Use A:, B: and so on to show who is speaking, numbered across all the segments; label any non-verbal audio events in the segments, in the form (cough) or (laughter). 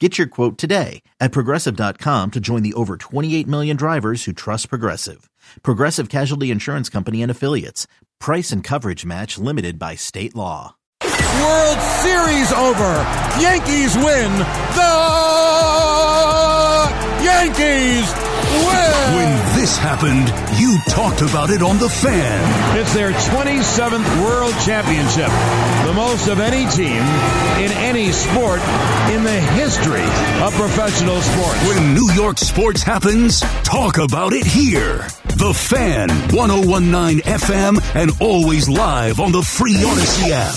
A: Get your quote today at progressive.com to join the over 28 million drivers who trust Progressive. Progressive Casualty Insurance Company and Affiliates. Price and coverage match limited by state law.
B: World Series over. Yankees win. The Yankees win.
C: When this happened, you talked about it on The Fan.
B: It's their 27th World Championship, the most of any team in any sport in the history of professional sports.
C: When New York sports happens, talk about it here. The Fan, 1019 FM, and always live on the Free Odyssey app.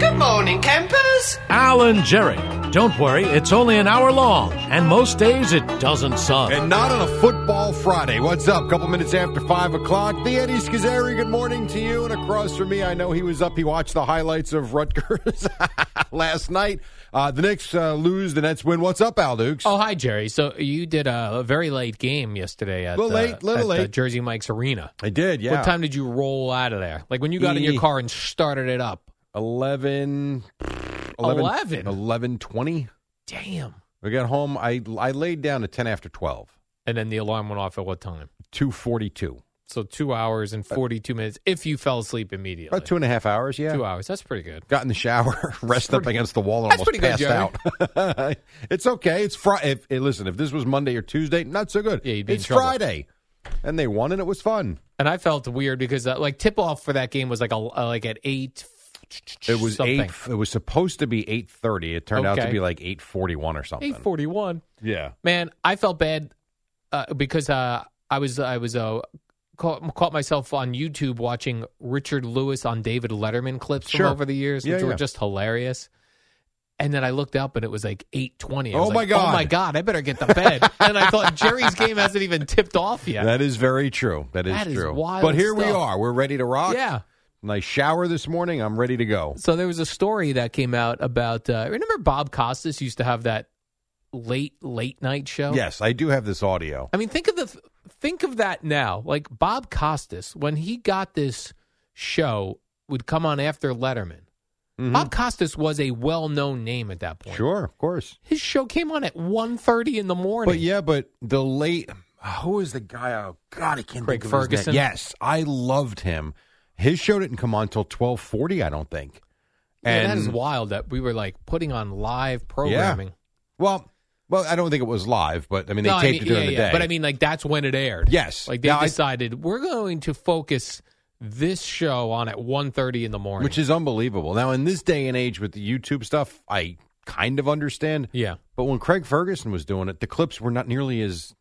D: Good morning, campers.
E: Alan Jerry. Don't worry, it's only an hour long, and most days it doesn't suck.
F: And not on a football Friday. What's up? Couple minutes after five o'clock. The Eddie Schizzeri. Good morning to you. And across from me, I know he was up. He watched the highlights of Rutgers (laughs) last night. Uh, the Knicks uh, lose. The Nets win. What's up, Al Dukes?
G: Oh, hi, Jerry. So you did a, a very late game yesterday at,
F: Little
G: uh,
F: late, little
G: at the
F: late.
G: Jersey Mike's Arena.
F: I did. Yeah.
G: What time did you roll out of there? Like when you got in
F: E-
G: your car and started it up?
F: 11,
G: 11?
F: 11, 20.
G: Damn.
F: We got home. I I laid down at ten after twelve.
G: And then the alarm went off at what time?
F: Two forty two.
G: So two hours and 42 minutes if you fell asleep immediately.
F: About two and a half hours. Yeah.
G: Two hours. That's pretty good.
F: Got in the shower, (laughs) rest up against the wall, and
G: that's
F: almost
G: pretty good,
F: passed out. (laughs) it's okay. It's Friday. If, hey, listen, if this was Monday or Tuesday, not so good.
G: Yeah, you'd be in
F: it's
G: trouble.
F: Friday, and they won, and it was fun.
G: And I felt weird because uh, like tip off for that game was like a, uh, like at 8
F: It was
G: something.
F: eight. It was supposed to be eight thirty. It turned out to
G: Okay.
F: be like eight forty one or something.
G: 841.
F: Yeah.
G: Man, I felt bad uh, because uh, I was I was uh, caught, caught myself on YouTube watching Richard Lewis on David Letterman clips
F: Sure.
G: from over the years,
F: Yeah,
G: which
F: yeah.
G: were just hilarious. And then I looked up and it was like eight twenty.
F: Oh, my God.
G: Oh my god! I better get to
F: (laughs)
G: bed. and I thought Jerry's game hasn't even tipped off yet.
F: That is very true. That is
G: That is
F: true.
G: wild
F: but here we
G: stuff.
F: are. We're ready to rock.
G: yeah.
F: Nice shower this morning. I'm ready to go.
G: So there was a story that came out about. Uh, remember Bob Costas used to have that late late night show.
F: Yes, I do have this audio.
G: I mean, think of the think of that now. Like Bob Costas, when he got this show, would come on after Letterman. Bob Costas was a well-known name at that point.
F: Mm-hmm. Sure, of course.
G: His show came on at 1.30 in the morning.
F: But yeah, but the late who is the guy? Oh God, I can't
G: Craig
F: think of his name.
G: Ferguson?
F: Yes, I loved him. His show didn't come on till twelve forty. I don't think.
G: Man, that is wild that we were like putting on live programming.
F: well, well, I don't think it was live, but I mean they
G: No, I
F: taped
G: mean-
F: it during
G: yeah,
F: the
G: yeah,
F: day.
G: But I mean, like that's when it aired.
F: Yes.
G: like they
F: Now, I-
G: decided we're going to focus this show on at 1.30 in the morning.
F: which is unbelievable. Now in this day and age with the YouTube stuff, I kind of understand.
G: yeah,
F: But when Craig Ferguson was doing it, the clips were not nearly as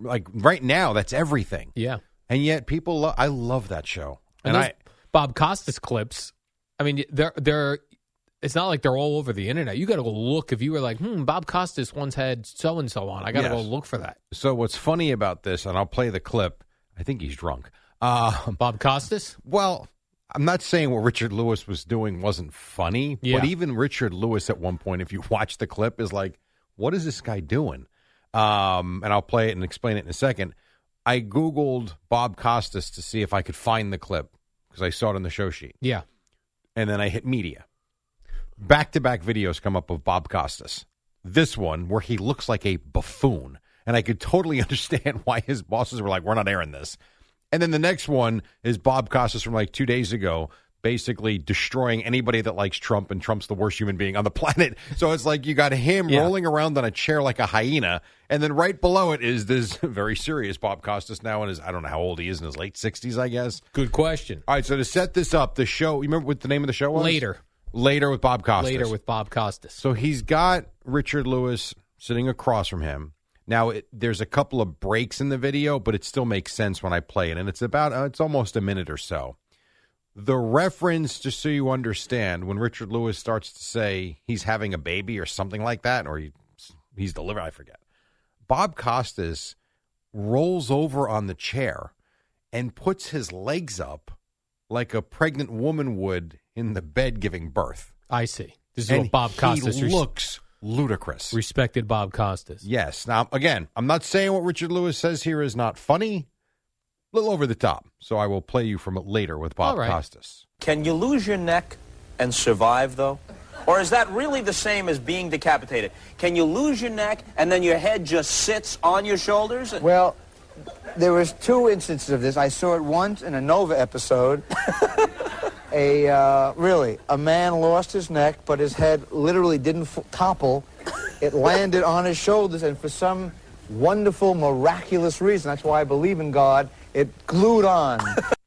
F: like right now. That's everything,
G: yeah.
F: and yet people. Lo- I love that show,
G: And,
F: and,
G: those
F: I.
G: Bob Costas clips, I mean, they're they're. It's not like they're all over the internet. You got to go look if you were like, hmm, Bob Costas once had so and so on. I got to
F: Yes.
G: go look for that.
F: So what's funny about this, and I'll play the clip. I think he's drunk. Um,
G: Bob Costas.
F: well, I'm not saying what Richard Lewis was doing wasn't funny,
G: Yeah.
F: but even Richard Lewis at one point, if you (laughs) watch the clip, is like, "What is this guy doing?" Um, and I'll play it and explain it in a second. I Googled Bob Costas to see if I could find the clip because I saw it on the show sheet.
G: Yeah.
F: And then I hit media. Back to back videos come up of Bob Costas. This one where he looks like a buffoon. And I could totally (laughs) understand why his bosses were like, we're not airing this. And then the next one is Bob Costas from like two days ago, basically destroying anybody that likes Trump, and Trump's the worst human being on the (laughs) planet. So it's like you got him
G: Yeah.
F: rolling around on a chair like a hyena, and then right below it is this (laughs) very serious Bob Costas now in his, I don't know how old he is, in his late 60s, I guess.
G: Good question.
F: All right, so to set this up, the show, you remember what the name of the show was?
G: Later.
F: Later with Bob Costas.
G: Later with Bob Costas.
F: So he's got Richard Lewis sitting across from him. Now it, there's a couple of breaks in the video, but it still makes sense when I play it, and it's about uh, it's almost a minute or so. The reference, just so you understand, when Richard Lewis starts to say he's having a baby or something like that, or he, he's delivering, I forget. Bob Costas rolls over on the chair and puts his legs up like a pregnant woman would in the bed giving birth.
G: I see. This is
F: And
G: what Bob
F: he
G: Costas res-
F: looks ludicrous.
G: respected Bob Costas.
F: Yes. Now, again, I'm not saying what Richard Lewis says here is not funny. A little over the top. So I will play you from it later with Bob
G: All right.
F: Costas.
H: Can you lose your neck and survive, though? Or is that really the same as being decapitated? Can you lose your neck and then your head just sits on your shoulders?
I: Well, there was two instances of this. I saw it once in a Nova episode. a uh, really, a man lost his neck, but his head literally didn't f- topple. It landed on his shoulders, and for some wonderful, miraculous reason, that's why I believe in God. It glued on.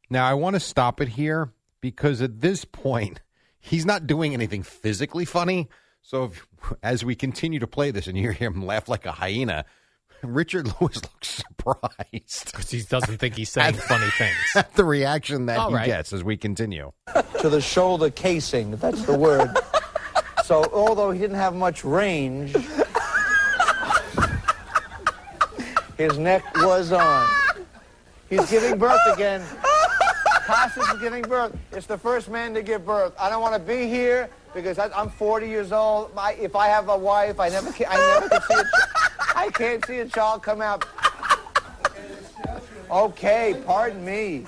F: Now, I want to stop it here because at this point, (laughs) he's not doing anything physically funny. So if, (laughs) as we continue to play this and you hear him laugh like a hyena, (laughs) Richard Lewis (laughs) looks surprised (laughs)
G: Because he doesn't think he's saying funny things.
F: at the reaction that
G: All
F: he
G: right.
F: gets as we continue.
I: to the shoulder casing. That's the word. so although he didn't have much range, his neck was on. He's giving birth again. Costas is giving birth. It's the first man to give birth. I don't want to be here because I, I'm 40 years old. My, if I have a wife, I never can, I never can see a ch- I can't see a child come out. Okay, pardon me.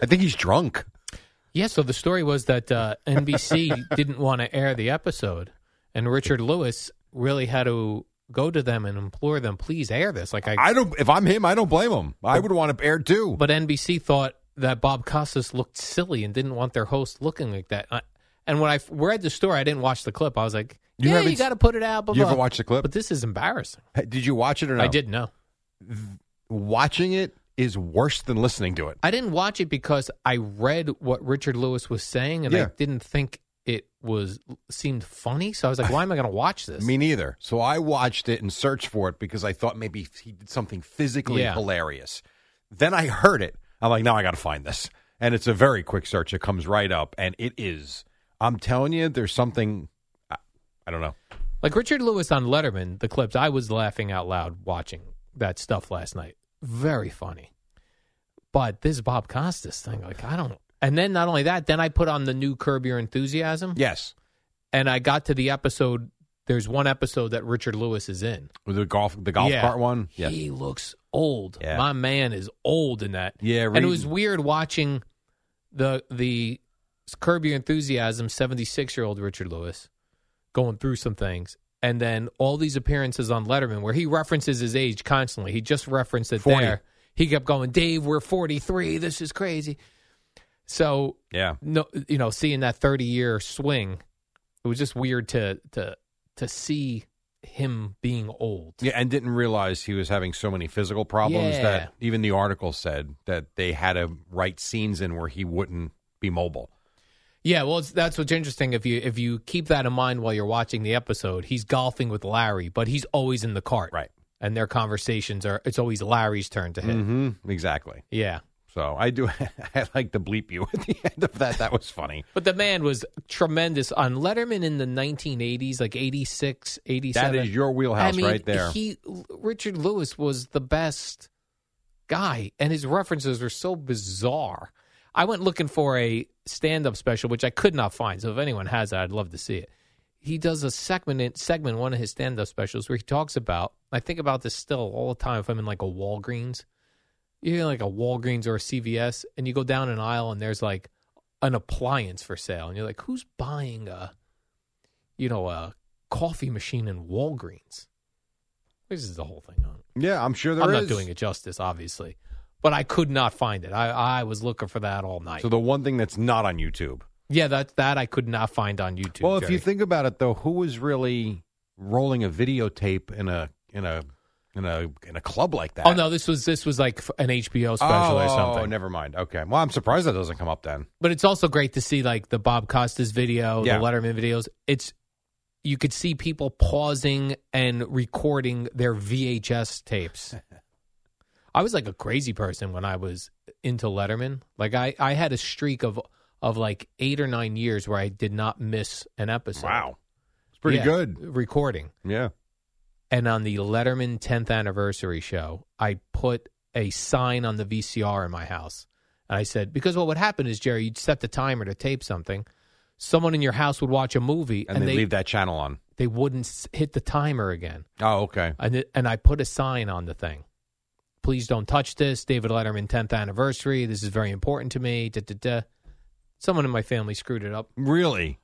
F: I think he's drunk.
G: yeah, so the story was that uh, NBC (laughs) didn't want to air the episode, and Richard Lewis really had to go to them and implore them, please air this. Like I,
F: I don't. If I'm him, I don't blame him. I would want to air too.
G: But NBC thought that Bob Costas looked silly and didn't want their host looking like that. I, and when I f- read the story, I didn't watch the clip. I was like,
F: You
G: yeah,
F: haven't
G: you
F: s-
G: got to put it out. Blah,
F: You
G: blah.
F: haven't watched the clip?
G: But this is embarrassing.
F: Hey, Did you watch it or not?
G: I didn't know.
F: Watching it is worse than listening to it.
G: I didn't watch it because I read what Richard Lewis was saying, and I
F: Yeah.
G: didn't think it was seemed funny. So I was
F: (laughs)
G: like, why am I going to watch this?
F: Me neither. So I watched it and searched for it because I thought maybe he did something physically
G: Yeah.
F: hilarious. Then I heard it. I'm like, now I got to find this. And it's a very quick search. It comes right up, and it is. I'm telling you, there's something. I, I don't know.
G: Like Richard Lewis on Letterman, the clips, I was laughing out loud watching that stuff last night. Very funny. But this Bob Costas thing, like, I don't. And then not only that, then I put on the new Curb Your Enthusiasm,
F: Yes,
G: and I got to the episode. There's one episode that Richard Lewis is in.
F: With the golf, the golf
G: Yeah.
F: cart one. Yes.
G: He looks old.
F: Yeah.
G: My man is old in that.
F: Yeah,
G: and
F: reading-
G: it was weird watching the the Curb Your Enthusiasm seventy six year old Richard Lewis going through some things, and then all these appearances on Letterman where he references his age constantly. He just referenced it
F: 40.
G: there. He kept going, Dave, we're forty three. This is crazy. So
F: yeah.
G: no, you know, seeing that thirty year swing, it was just weird to to to see him being old.
F: Yeah, and didn't realize he was having so many physical problems
G: Yeah.
F: that even the article said that they had to write scenes in where he wouldn't be mobile.
G: Yeah, well, it's, that's what's interesting. If you if you keep that in mind while you're watching the episode, he's golfing with Larry, but he's always in the cart,
F: Right.
G: And their conversations are it's always Larry's turn to hit.
F: Mm-hmm. Exactly.
G: Yeah,
F: So I do. (laughs) I like to bleep you (laughs) at the end of that. That was funny.
G: but the man was tremendous on Letterman in the 1980s, like 86, 87.
F: That is your wheelhouse
G: I mean,
F: right there.
G: He Richard Lewis was the best guy, and his references were so bizarre. I went looking for a stand-up special, which I could not find. So if anyone has it, I'd love to see it. he does a segment in, segment in one of his stand up specials where he talks about. I think about this still all the time if I'm in like a Walgreens, you're in like a Walgreens or a CVS, and you go down an aisle and there's like an appliance for sale, and you're like, who's buying a, you know, a coffee machine in Walgreens? This is the whole thing on.
F: Yeah, I'm sure there
G: I'm not
F: is.
G: doing it justice, obviously, but I could not find it. I, I was looking for that all night.
F: So the one thing that's not on YouTube.
G: yeah, that that I could not find on YouTube.
F: well, if
G: Jerry.
F: you think about it, though, who was really rolling a videotape in a in a in a in a club like that?
G: oh no, this was this was like f- an HBO special
F: oh,
G: or something.
F: Oh, never mind. Okay. Well, I'm surprised that doesn't come up then.
G: But it's also great to see like the Bob Costas video,
F: Yeah.
G: the Letterman videos. It's you could see people pausing and recording their VHS tapes. (laughs) I was like a crazy person when I was into Letterman. Like I, I had a streak of of like eight or nine years where I did not miss an episode.
F: It's pretty
G: Yeah,
F: good.
G: recording.
F: Yeah.
G: And on the Letterman 10th anniversary show, I put a sign on the VCR in my house. And I said, because what would happen is, Jerry, you'd set the timer to tape something. Someone in your house would watch a movie
F: And,
G: and,
F: they,
G: they,
F: leave that channel on.
G: they wouldn't s- hit the timer again.
F: Oh, okay.
G: And, it- and I put a sign on the thing. Please don't touch this. David Letterman 10th anniversary. This is very important to me. Da, da, da. Someone in my family screwed it up.
F: Really?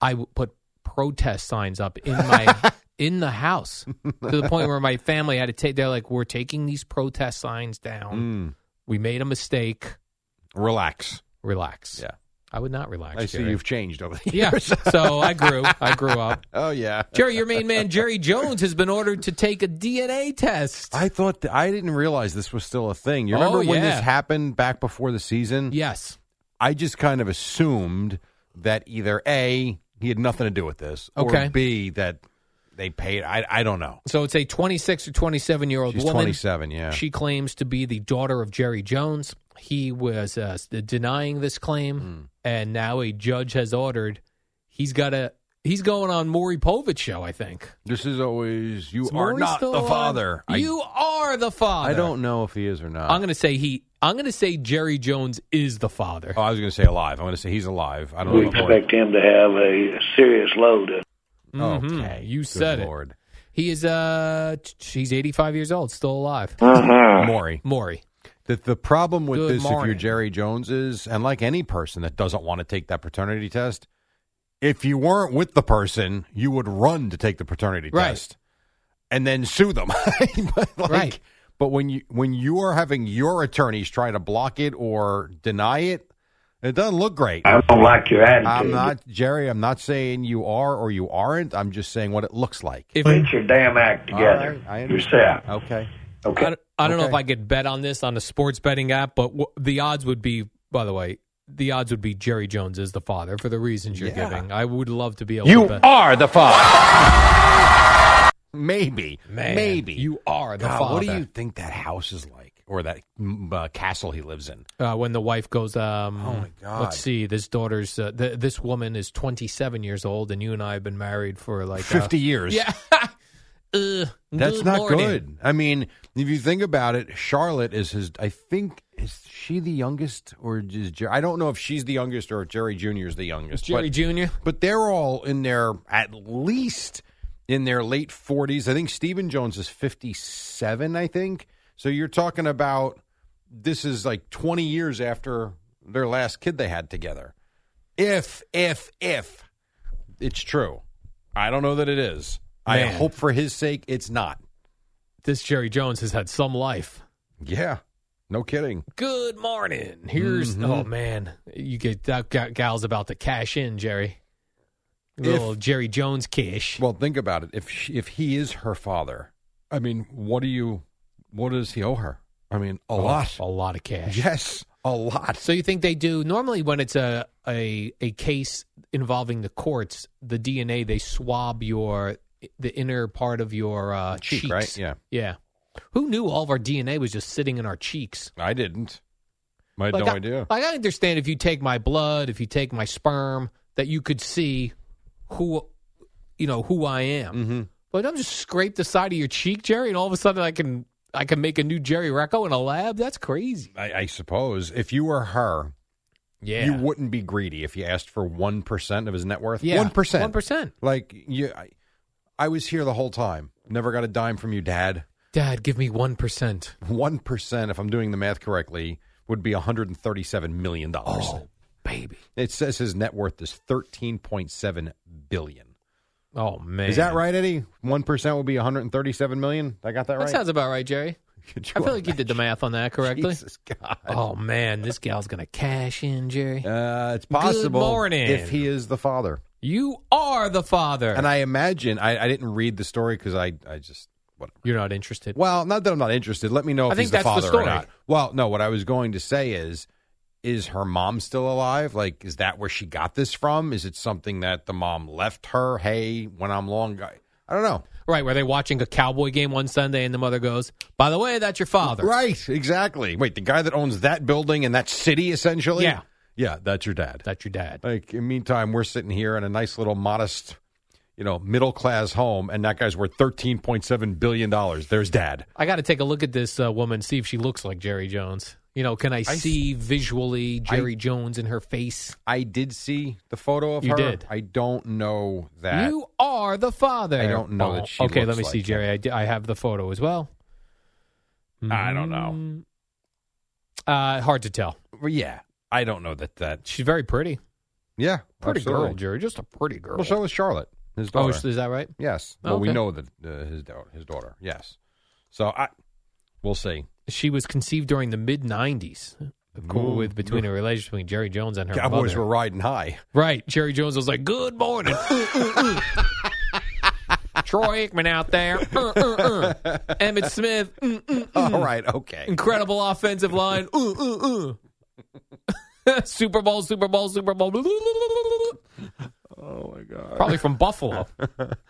G: I w- put protest signs up in
F: (laughs)
G: my in the house to the point where my family had to take. They're like, "We're taking these protest signs down.
F: Mm.
G: We made a mistake.
F: Relax.
G: Relax."
F: Yeah.
G: I would not relax.
F: I see
G: Jerry.
F: you've changed over the
G: (laughs)
F: (laughs)
G: Yeah,
F: years.
G: so I grew. I grew up.
F: oh, yeah.
G: Jerry, your main man Jerry Jones has been ordered to take a DNA test.
F: I thought that, I didn't realize this was still a thing. You
G: Oh,
F: remember when
G: yeah.
F: this happened back before the season?
G: yes,
F: I just kind of assumed that either A, he had nothing to do with this,
G: Okay.
F: or B, that they paid. I, I don't know.
G: so it's a 26 or 27 year old
F: She's
G: woman.
F: 27, yeah.
G: She claims to be the daughter of Jerry Jones. He was uh, s- denying this claim,
F: Hmm.
G: and now a judge has ordered he's got a he's going on Maury Povich show. I think
F: this is always, you
G: Is
F: are
G: Maury
F: not
G: still
F: the
G: on?
F: father. I-
G: You are the father.
F: I don't know if he is or not.
G: I'm going to say he. I'm going to say Jerry Jones is the father.
F: Oh, I was going to say alive. I'm going to say he's alive. I don't
J: We
F: know. Expect-
J: expect him to have a serious load.
G: Mhm.
F: Okay.
G: You
F: Good
G: said it.
F: Lord.
G: He is uh t- he's 85 years old, still alive.
F: Maury.
G: Maury.
F: The, the problem with
G: Good
F: this, if you're
G: morning.
F: Jerry Jones, is, and like any person that doesn't want to take that paternity test, if you weren't with the person, you would run to take the paternity
G: Right.
F: test and then sue them. (laughs) But, like,
G: Right.
F: But when you when you are having your attorneys try to block it or deny it, it doesn't look great.
J: I don't like your attitude.
F: I'm not Jerry. I'm not saying you are or you aren't. I'm just saying what it looks like.
G: If
J: Get your damn act
F: All
J: together
F: right, I understand.
J: yourself.
F: Okay.
J: Okay.
G: I don't, I don't know
F: Okay.
G: if I could bet on this on a sports betting app, but w- the odds would be, by the way, the odds would be Jerry Jones is the father for the reasons you're
F: Yeah.
G: giving. I would love to be able
F: You
G: to bet.
F: are the father. (laughs) Maybe.
G: Man,
F: Maybe.
G: You are the
F: God,
G: father.
F: What do you think that house is like or that mm, uh, castle he lives in?
G: Uh, when the wife goes, um,
F: Oh, my God.
G: Let's see, this daughter's, uh, th- this woman is 27 years old, and you and I have been married for like uh,
F: 50 years.
G: yeah. Uh,
F: That's
G: good
F: not
G: morning.
F: good. I mean, if you think about it, Charlotte is his. I think is she the youngest, or is Jer- I don't know if she's the youngest or if Jerry Junior is the youngest.
G: Jerry
F: but,
G: Jr.
F: but they're all in their at least in their late forties. I think Stephen Jones is fifty seven. I think so. You're talking about this is like twenty years after their last kid they had together. If if if it's true, I don't know that it is. I
G: Man.
F: hope for his sake it's not.
G: This Jerry Jones has had some life.
F: Yeah, no kidding.
G: Good morning. Here's
F: Mm-hmm.
G: oh man, you get that ga- gal's about to cash in, Jerry. Little Jerry Jones cash.
F: Well, think about it. If she, if he is her father, I mean, what do you? What does he owe her? I mean, a lot.
G: a lot of cash.
F: Yes, a lot.
G: So you think they do normally when it's a, a a case involving the courts, the DNA they swab your the inner part of your uh,
F: Cheek,
G: cheeks.
F: right? Yeah.
G: yeah. Who knew all of our DNA was just sitting in our cheeks?
F: I didn't. I had
G: Like,
F: no
G: I-
F: idea.
G: Like I understand if you take my blood, if you take my sperm, that you could see who you know who I am.
F: Mm-hmm.
G: But I'm just scrape the side of your cheek, Jerry, and all of a sudden I can I can make a new Jerry Recco in a lab. That's crazy.
F: I, I suppose if you were her,
G: Yeah.
F: you wouldn't be greedy if you asked for one percent of his net worth.
G: Yeah,
F: one percent,
G: 1%.
F: Like you, I, I was here the whole time. Never got a dime from you, Dad.
G: Dad, give me 1%.
F: One percent, if I'm doing the math correctly, would be 137 million dollars.
G: Oh. Baby.
F: It says his net worth is 13.7 billion.
G: Oh, man.
F: Is that right, Eddie? One percent would be 137 million. I got that
G: That
F: right.
G: sounds about right, Jerry.
F: Could
G: I feel like you did the math on
F: (laughs)
G: that correctly.
F: Jesus God.
G: Oh, man. This gal's going to cash in, Jerry.
F: Uh, it's possible
G: morning.
F: if he is the father.
G: You are the father.
F: And I imagine I, I didn't read the story because I, I just whatever.
G: You're not interested.
F: Well, not that I'm not interested. Let me know
G: I
F: if
G: think
F: he's the
G: that's the
F: father
G: story.
F: or not. Well, no. What I was going to say is, is her mom still alive? Like, is that where she got this from? Is it something that the mom left her? Hey, when I'm long, guy, I don't know.
G: Right, were they watching a cowboy game one Sunday and the mother goes, By the way, that's your father.
F: Right, exactly. Wait, the guy that owns that building and that city, essentially.
G: Yeah.
F: yeah, that's your dad.
G: That's your dad.
F: Like, in meantime, we're sitting here in a nice little modest, you know, middle class home, and that guy's worth thirteen point seven billion dollars. There's dad.
G: I got to take a look at this uh, woman, see if she looks like Jerry Jones. You know, can I, see visually Jerry Jones in her face?
F: I did see the photo of
G: You
F: her.
G: did.
F: I don't know that.
G: you are the father. Oh,
F: I don't know that she
G: Okay,
F: looks
G: let me
F: like
G: see,
F: him.
G: Jerry. I, d- I have the photo as well. Mm,
F: I don't know.
G: Uh, hard to tell.
F: Well, yeah, I don't know that that.
G: She's very pretty.
F: Yeah,
G: Pretty
F: absolutely.
G: girl, Jerry. Just a pretty girl.
F: Well, so is Charlotte, his
G: oh,
F: daughter.
G: is that right?
F: yes.
G: Oh,
F: Well, we
G: okay.
F: know that uh, his daughter. His daughter. Yes. So I, we'll see.
G: She was conceived during the mid 90s. Cool with between a relationship between Jerry Jones and her
F: Cowboys
G: mother.
F: were riding high.
G: Right. Jerry Jones was like, good morning. Uh, uh, uh. Troy Aikman out there. Uh, uh, uh. Emmett Smith. Mm, mm.
F: (laughs) (laughs) All right. Okay.
G: Incredible offensive line. Uh, uh, uh. (laughs) Super Bowl, Super Bowl, Super Bowl. Oh, my God. Probably from Buffalo,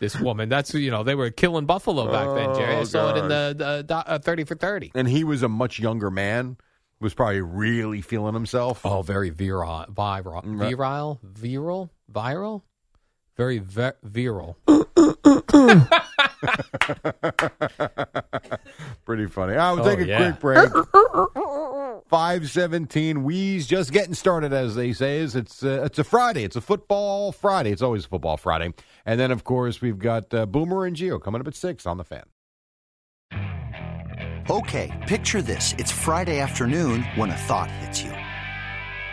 G: this woman. That's, you know, they were killing Buffalo back then, Jerry. I saw it in the, the do- uh, 30 for 30.
F: And he was a much younger man. Was probably really feeling himself.
G: Oh, very viral, viral,
F: Mm,
G: viral, viral, viral, very ve- viral.
F: Pretty funny. I will
G: Oh,
F: take a
G: yeah.
F: quick break. 517 Wheeze just getting started, as they say. Is It's uh, it's a Friday. It's a football Friday. It's always a football Friday. And then, of course, we've got uh, Boomer and Geo coming up at 6 on the fan.
K: Okay, picture this. It's Friday afternoon when a thought hits you.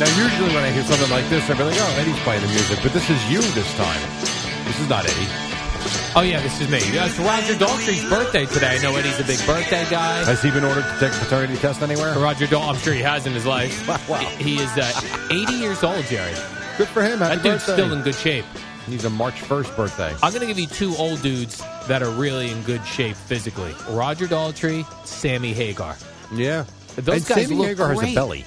F: Now, usually when I hear something like this, I'd be like, oh, Eddie's playing the music. But this is you this time. This is not Eddie.
G: Oh yeah, this is me. Yeah, It's Roger Daltrey's birthday today. I know Eddie's a big birthday guy.
F: Has he been ordered to take a paternity test anywhere?
G: Roger Dal, I'm sure he has in his life.
F: (laughs) Wow.
G: He is uh, 80 years old, Jerry.
F: Good for him. Happy
G: That dude's
F: birthday.
G: still in good shape.
F: He's a March 1st birthday.
G: I'm going to give you two old dudes that are really in good shape physically: Roger Daltrey, Sammy Hagar.
F: yeah.
G: Those
F: and
G: guys
F: Sammy
G: look
F: Hagar has
G: great.
F: a belly.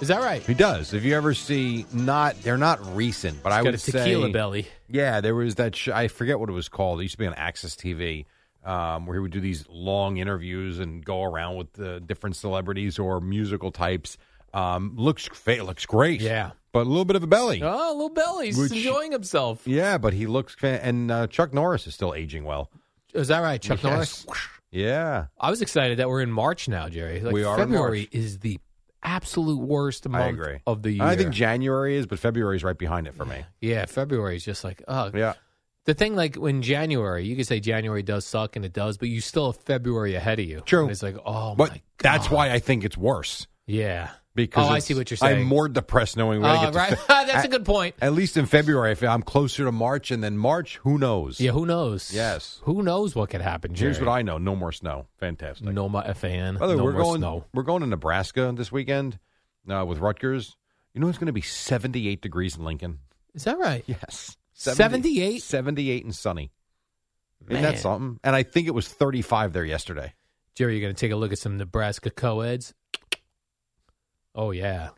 G: Is that right?
F: He does. If you ever see, not they're not recent, but I
G: Got
F: would
G: a tequila
F: say
G: belly.
F: Yeah, there was that. Sh- I forget what it was called. It used to be on Access TV. um, where he would do these long interviews and go around with uh, different celebrities or musical types. Um, looks fa- looks great.
G: Yeah.
F: but a little bit of a belly.
G: Oh, little belly. He's
F: Which-
G: enjoying himself.
F: Yeah, but he looks fa- and uh, Chuck Norris is still aging well.
G: Is that right, Chuck Norris?
F: Yes. Yeah,
G: I was excited that we're in March now, Jerry. Like,
F: We are in
G: February
F: March.
G: is the absolute worst month
F: I agree.
G: of the year.
F: I think January is, but February is right behind it for me.
G: yeah, February is just like oh
F: Yeah.
G: The thing like when January, you could say January does suck and it does, but you still have February ahead of you.
F: True.
G: And it's like oh
F: but
G: my
F: that's why I think it's worse
G: yeah.
F: because
G: Oh, I
F: it's-
G: see what you're
F: I'm
G: saying.
F: more depressed knowing we're
G: Oh,
F: going to get
G: right.
F: to Fe- (laughs)
G: (laughs) that's a good point.
F: At least in February, I feel I'm closer to March, and then March, who knows?
G: Yeah, who knows?
F: Yes.
G: Who knows what could happen? Jerry?
F: Here's what I know: no more snow. Fantastic.
G: No, my fan.
F: By the way,
G: no
F: we're
G: more
F: going.
G: snow.
F: We're going to Nebraska this weekend uh, with Rutgers. You know it's going to be 78 degrees in Lincoln.
G: Is that right?
F: Yes.
G: 78?
F: 78 and sunny. Isn't
G: Man.
F: that something? And I think it was 35 there yesterday.
G: Jerry, you're going to take a look at some Nebraska co-eds. Oh yeah,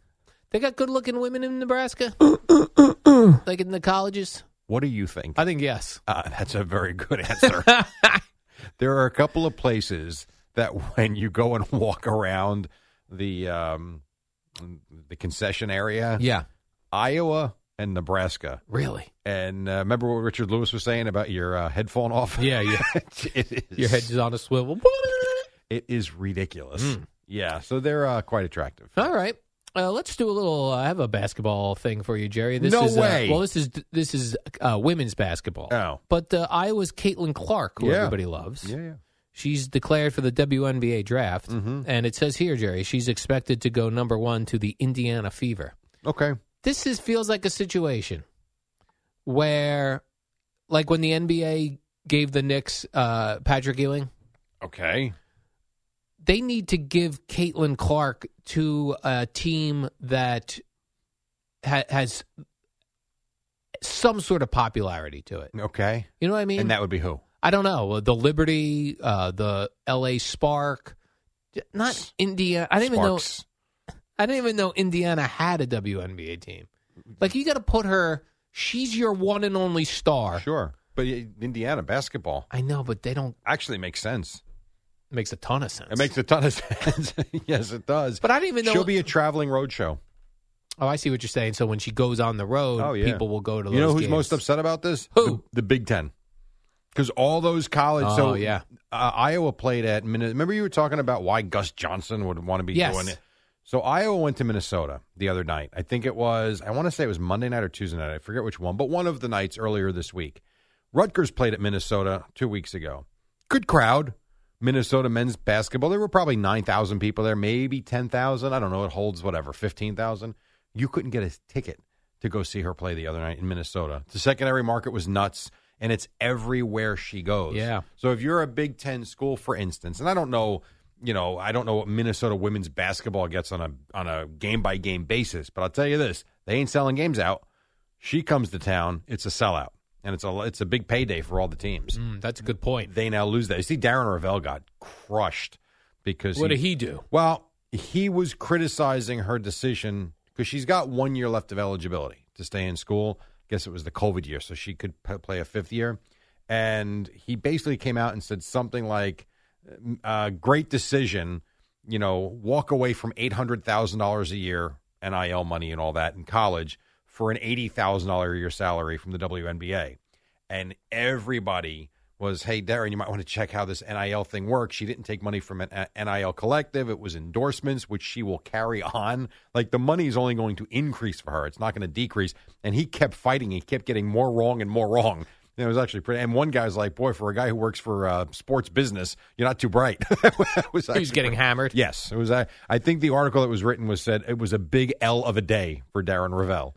G: they got good-looking women in (coughs) Nebraska, like in the colleges.
F: What do you think?
G: I think yes.
F: Uh, that's a very
G: (laughs)
F: good answer. there are a couple of places that when you go and walk around the um, the concession area,
G: Yeah,
F: Iowa and Nebraska.
G: really.
F: And uh, remember what Richard Lewis was saying about your uh, head falling off?
G: Yeah, yeah.
F: (laughs) it is.
G: Your head's on a swivel.
F: It is ridiculous.
G: Mm.
F: Yeah, so they're uh, quite attractive.
G: (laughs) All right. Uh, let's do a little. I have a basketball thing for you, Jerry. This
F: No
G: is, uh,
F: way.
G: well, this is this is uh, women's basketball.
F: Oh.
G: But uh, Iowa's Caitlin Clark, who
F: Yeah.
G: everybody loves.
F: Yeah, yeah.
G: She's declared for the WNBA draft, and it says here, Jerry, she's expected to go number one to the Indiana Fever.
F: Okay.
G: This is feels like a situation where, like when the NBA gave the Knicks uh, Patrick Ewing,
F: Okay.
G: they need to give Caitlin Clark to a team that ha- has some sort of popularity to it.
F: Okay.
G: You know what I mean?
F: and that would be who?
G: I don't know the Liberty, uh, the L.A. Spark, not India. I didn't even know.
F: Sparks.
G: I didn't even know Indiana had a WNBA team. Like you got to put her. She's your one and only star.
F: Sure. But uh, Indiana basketball
G: I know, but they don't.
F: actually makes sense.
G: Makes a ton of sense.
F: It makes a ton of (laughs) sense. yes, it does.
G: But I didn't even know-
F: She'll be a traveling road show.
G: Oh, I see what you're saying. So when she goes on the road,
F: Oh, yeah.
G: people will go to.
F: You know
G: those
F: who's
G: games.
F: most upset about this?
G: Who?
F: The, the Big Ten. Because all those college.
G: Oh,
F: so
G: yeah.
F: uh, Iowa played at Minnesota. Remember you were talking about why Gus Johnson would want to be
G: Yes.
F: doing it. So Iowa went to Minnesota the other night. I think it was. I want to say it was Monday night or Tuesday night. I forget which one, but one of the nights earlier this week. Rutgers played at Minnesota two weeks ago. Good crowd. Minnesota men's basketball. There were probably 9,000 people there, maybe 10,000. I don't know. It holds whatever, 15,000. You couldn't get a ticket to go see her play the other night in Minnesota. The secondary market was nuts, and it's everywhere she goes.
G: Yeah.
F: So if you're a Big Ten school, for instance, and I don't know, you know, I don't know what Minnesota women's basketball gets on a on a game by game basis, but I'll tell you this: they ain't selling games out. She comes to town, it's a sellout, and it's a it's a big payday for all the teams.
G: Mm, that's a good point.
F: They now lose that. You see, Darren Ravel got crushed because
G: What did he do?
F: Well, he was criticizing her decision because she's got one year left of eligibility to stay in school. guess it was the COVID year, so she could p- play a fifth year. And he basically came out and said something like, uh, "Great decision, you know, walk away from eight hundred thousand dollars a year, NIL money and all that in college for an eighty thousand dollar a year salary from the WNBA." and everybody was, "Hey, Darren, you might want to check how this NIL thing works." She didn't take money from an uh, a- NIL collective; it was endorsements, which she will carry on. Like the money is only going to increase for her; it's not going to decrease. And he kept fighting; he kept getting more wrong and more wrong. And it was actually pretty. And one guy's like, "Boy, for a guy who works for uh, sports business, you're not too bright." (laughs) It was
G: He was
F: actually
G: getting
F: pretty-
G: hammered.
F: Yes, it was. I, I think the article that was written was said it was a big L of a day for Darren Ravel.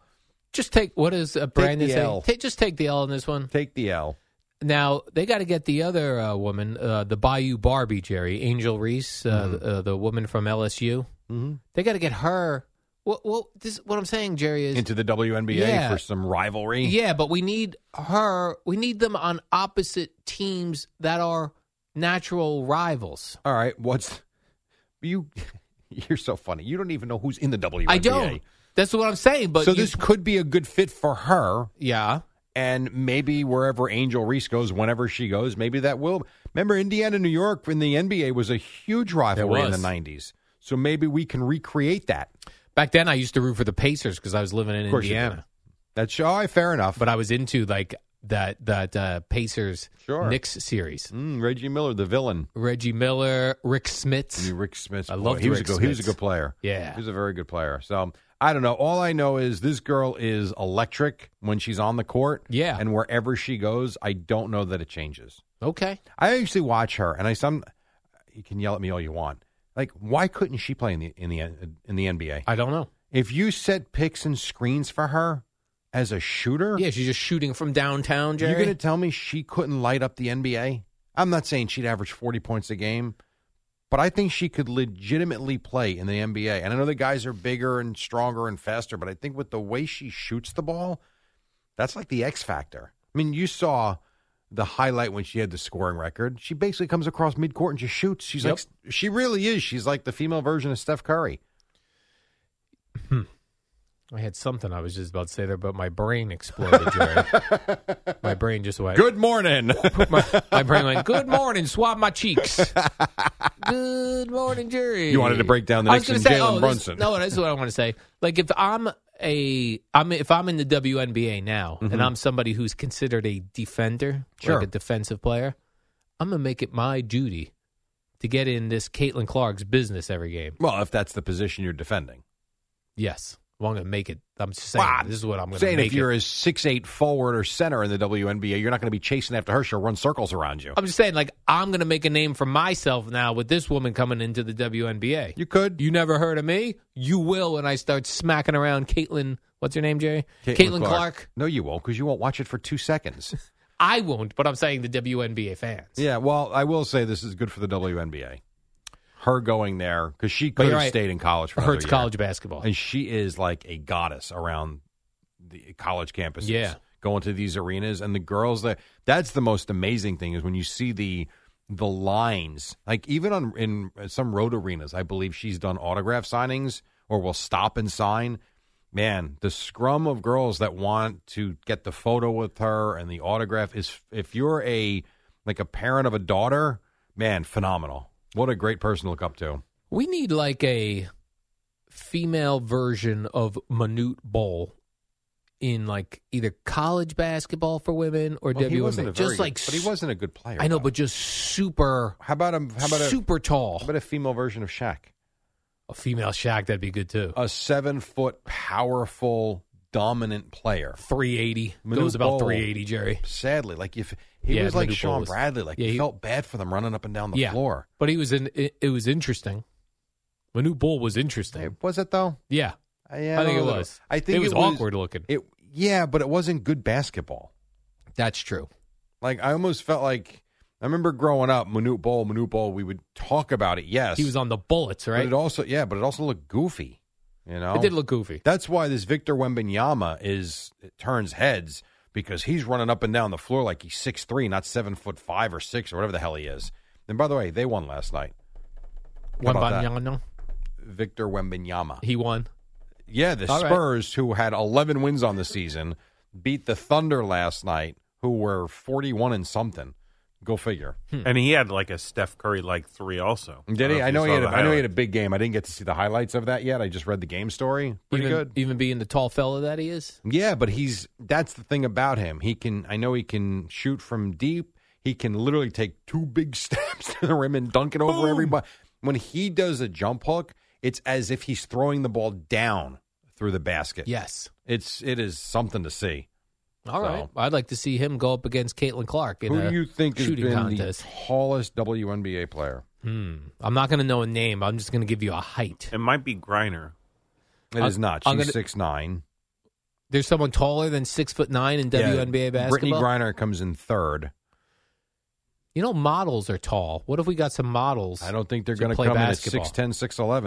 G: Just take what is uh, Brandon
F: the
G: saying?
F: L.
G: Ta- just take the L in this one.
F: Take the L.
G: Now they got to get the other uh, woman, uh, the Bayou Barbie, Jerry Angel Reese, uh, uh, the woman from LSU.
F: Mm-hmm.
G: They got to get her. What? What? This, what I'm saying, Jerry, is
F: Into the WNBA
G: Yeah.
F: for some rivalry.
G: yeah, but we need her. We need them on opposite teams that are natural rivals.
F: All right, what's (laughs) you? (laughs) You're so funny. You don't even know who's in the WNBA.
G: I don't. That's what I'm saying. But
F: so
G: you-
F: this could be a good fit for her,
G: yeah,
F: and maybe wherever Angel Reese goes, whenever she goes, maybe that will. Remember, Indiana, New York, in the NBA was a huge rivalry in the
G: was.
F: '90s, so maybe we can recreate that.
G: Back then, I used to root for the Pacers because I was living in
F: Of course you did.
G: Indiana.
F: That's all right, fair enough.
G: But I was into like that that uh, Pacers
F: Sure.
G: Knicks series.
F: Mm, Reggie Miller, the villain.
G: Reggie Miller, Rick Smits.
F: Rick Smith.
G: I
F: boy,
G: loved
F: he was
G: Rick
F: a good, he was a
G: Smits.
F: good player.
G: Yeah.
F: he was a very good player. So I don't know. All I know is this girl is electric when she's on the court.
G: Yeah.
F: and wherever she goes, I don't know that it changes.
G: Okay.
F: I actually watch her, and I some you can yell at me all you want. Like, why couldn't she play in the in the in the NBA?
G: I don't know.
F: If you set picks and screens for her as a shooter,
G: Yeah, she's just shooting from downtown, Jerry.
F: you're going to tell me she couldn't light up the NBA? I'm not saying she'd average 40 points a game, but I think she could legitimately play in the NBA. And I know the guys are bigger and stronger and faster, but I think with the way she shoots the ball, that's like the X factor. I mean, you saw the highlight when she had the scoring record. She basically comes across midcourt and just shoots. She's
G: Yep.
F: like, she really is. She's like the female version of Steph Curry.
G: I had something I was just about to say there, but my brain exploded,
F: (laughs)
G: Jerry. my brain just went.
F: Good morning.
G: My, my brain went. Good morning. Swab my
F: (laughs)
G: cheeks. Good morning, Jerry.
F: You wanted to break down the
G: I was
F: Knicks
G: gonna
F: and
G: say,
F: Jalen
G: oh,
F: Brunson.
G: This, no, that's what I want to say. Like if I'm a, I'm if I'm in the WNBA now,
F: Mhm.
G: and I'm somebody who's considered a defender,
F: Sure.
G: like a defensive player, I'm gonna make it my duty to get in this Caitlin Clark's business every game.
F: (laughs) Well, if that's the position you're defending.
G: Yes. Well, I'm going to make it. I'm just saying,
F: Well, I'm
G: this is what I'm going to
F: saying
G: make
F: if you're
G: it.
F: a six eight forward or center in the WNBA, you're not going to be chasing after her. She'll run circles around you.
G: I'm just saying, like, I'm going to make a name for myself now with this woman coming into the WNBA.
F: You could.
G: You never heard of me? You will when I start smacking around Caitlin. What's her name, Jerry?
F: No, you won't because you won't watch it for
G: (laughs)
F: two seconds.
G: I won't, but I'm saying the WNBA fans.
F: yeah, well, I will say this is good for the WNBA. Her going there because she
G: But
F: could
G: you're
F: have
G: right.
F: stayed in college for another
G: Hurts
F: year.
G: college basketball.
F: and she is like a goddess around the college campuses.
G: Yeah.
F: going to these arenas and the girls that that's the most amazing thing is when you see the the lines like even on in some road arenas i believe she's done autograph signings or will stop and sign man the scrum of girls that want to get the photo with her and the autograph is if you're a like a parent of a daughter man phenomenal what a great person to look up to
G: We need, like, a female version of Manute Bowl in, like, either college basketball for women or
F: Well,
G: WNBA.
F: he wasn't a very
G: just
F: good-
G: like,
F: but he wasn't a good player
G: I know,
F: though.
G: but just super.
F: how about a how about a
G: super tall.
F: how about a female version of Shaq
G: A female Shaq, that'd be good too.
F: a seven foot powerful dominant player
G: 380
F: Manute
G: goes about
F: Bol.
G: 380, Jerry.
F: sadly like if he
G: Yeah,
F: was like
G: Manute
F: Sean
G: Bol was-
F: Bradley like
G: yeah,
F: you
G: he-
F: felt bad for them running up and down the
G: yeah,
F: floor
G: but he was in. It, it was interesting. Manu Bull was interesting.
F: was it though
G: Yeah,
F: yeah,
G: I think it
F: don't know.
G: was.
F: I think
G: It was awkward looking.
F: it yeah but it wasn't good basketball
G: that's true.
F: like I almost felt like I remember growing up Manute Bol Manute Bol we would talk about it yes
G: He was on the bullets,
F: but
G: right?
F: it also yeah but it also looked goofy you know
G: It did look goofy.
F: That's why this Victor Wembanyama is it turns heads because he's running up and down the floor like he's six three, not seven foot five or six or whatever the hell he is. And by the way, they won last night. How
G: One
F: about that?
G: Banyano,
F: Victor Wembanyama.
G: he won.
F: Yeah, the
G: All right.
F: Spurs, who had eleven wins on the season, beat the Thunder last night, who were forty one and something. Go figure.
L: Hmm. And he had like a Steph Curry like three also.
F: Did he?
L: if
F: I
L: you
F: know he
L: saw
F: had. A,
L: the
F: I know he had a
L: highlight.
F: big game. I didn't get to see the highlights of that yet. I just read the game story. Pretty
G: even,
F: good.
G: Even being the tall fella that he is,
F: Yeah, but he's that's the thing about him. He can I know he can shoot from deep. He can literally take two big (laughs) steps to the rim and dunk it over everybody. When he does a jump hook, it's as if he's throwing the ball down through the basket.
G: yes.
F: It's it is something to see.
G: All
F: So-
G: right. I'd like to see him go up against Caitlin Clark in
F: Who
G: a
F: do you think has
G: shooting
F: been
G: contest.
F: the tallest WNBA player?
G: Hmm. I'm not going to know a name. I'm just going to give you a height.
L: It might be Griner.
F: It
G: I'm-
F: is not.
G: I'm
F: She's
G: gonna-
F: six nine.
G: There's someone taller than six foot nine in WNBA basketball.
F: Brittany Griner comes in third.
G: You know, models are tall. What if we got some models?
F: I don't think they're
G: to
F: going to
G: play
F: come in
G: basketball.
F: at 6'10",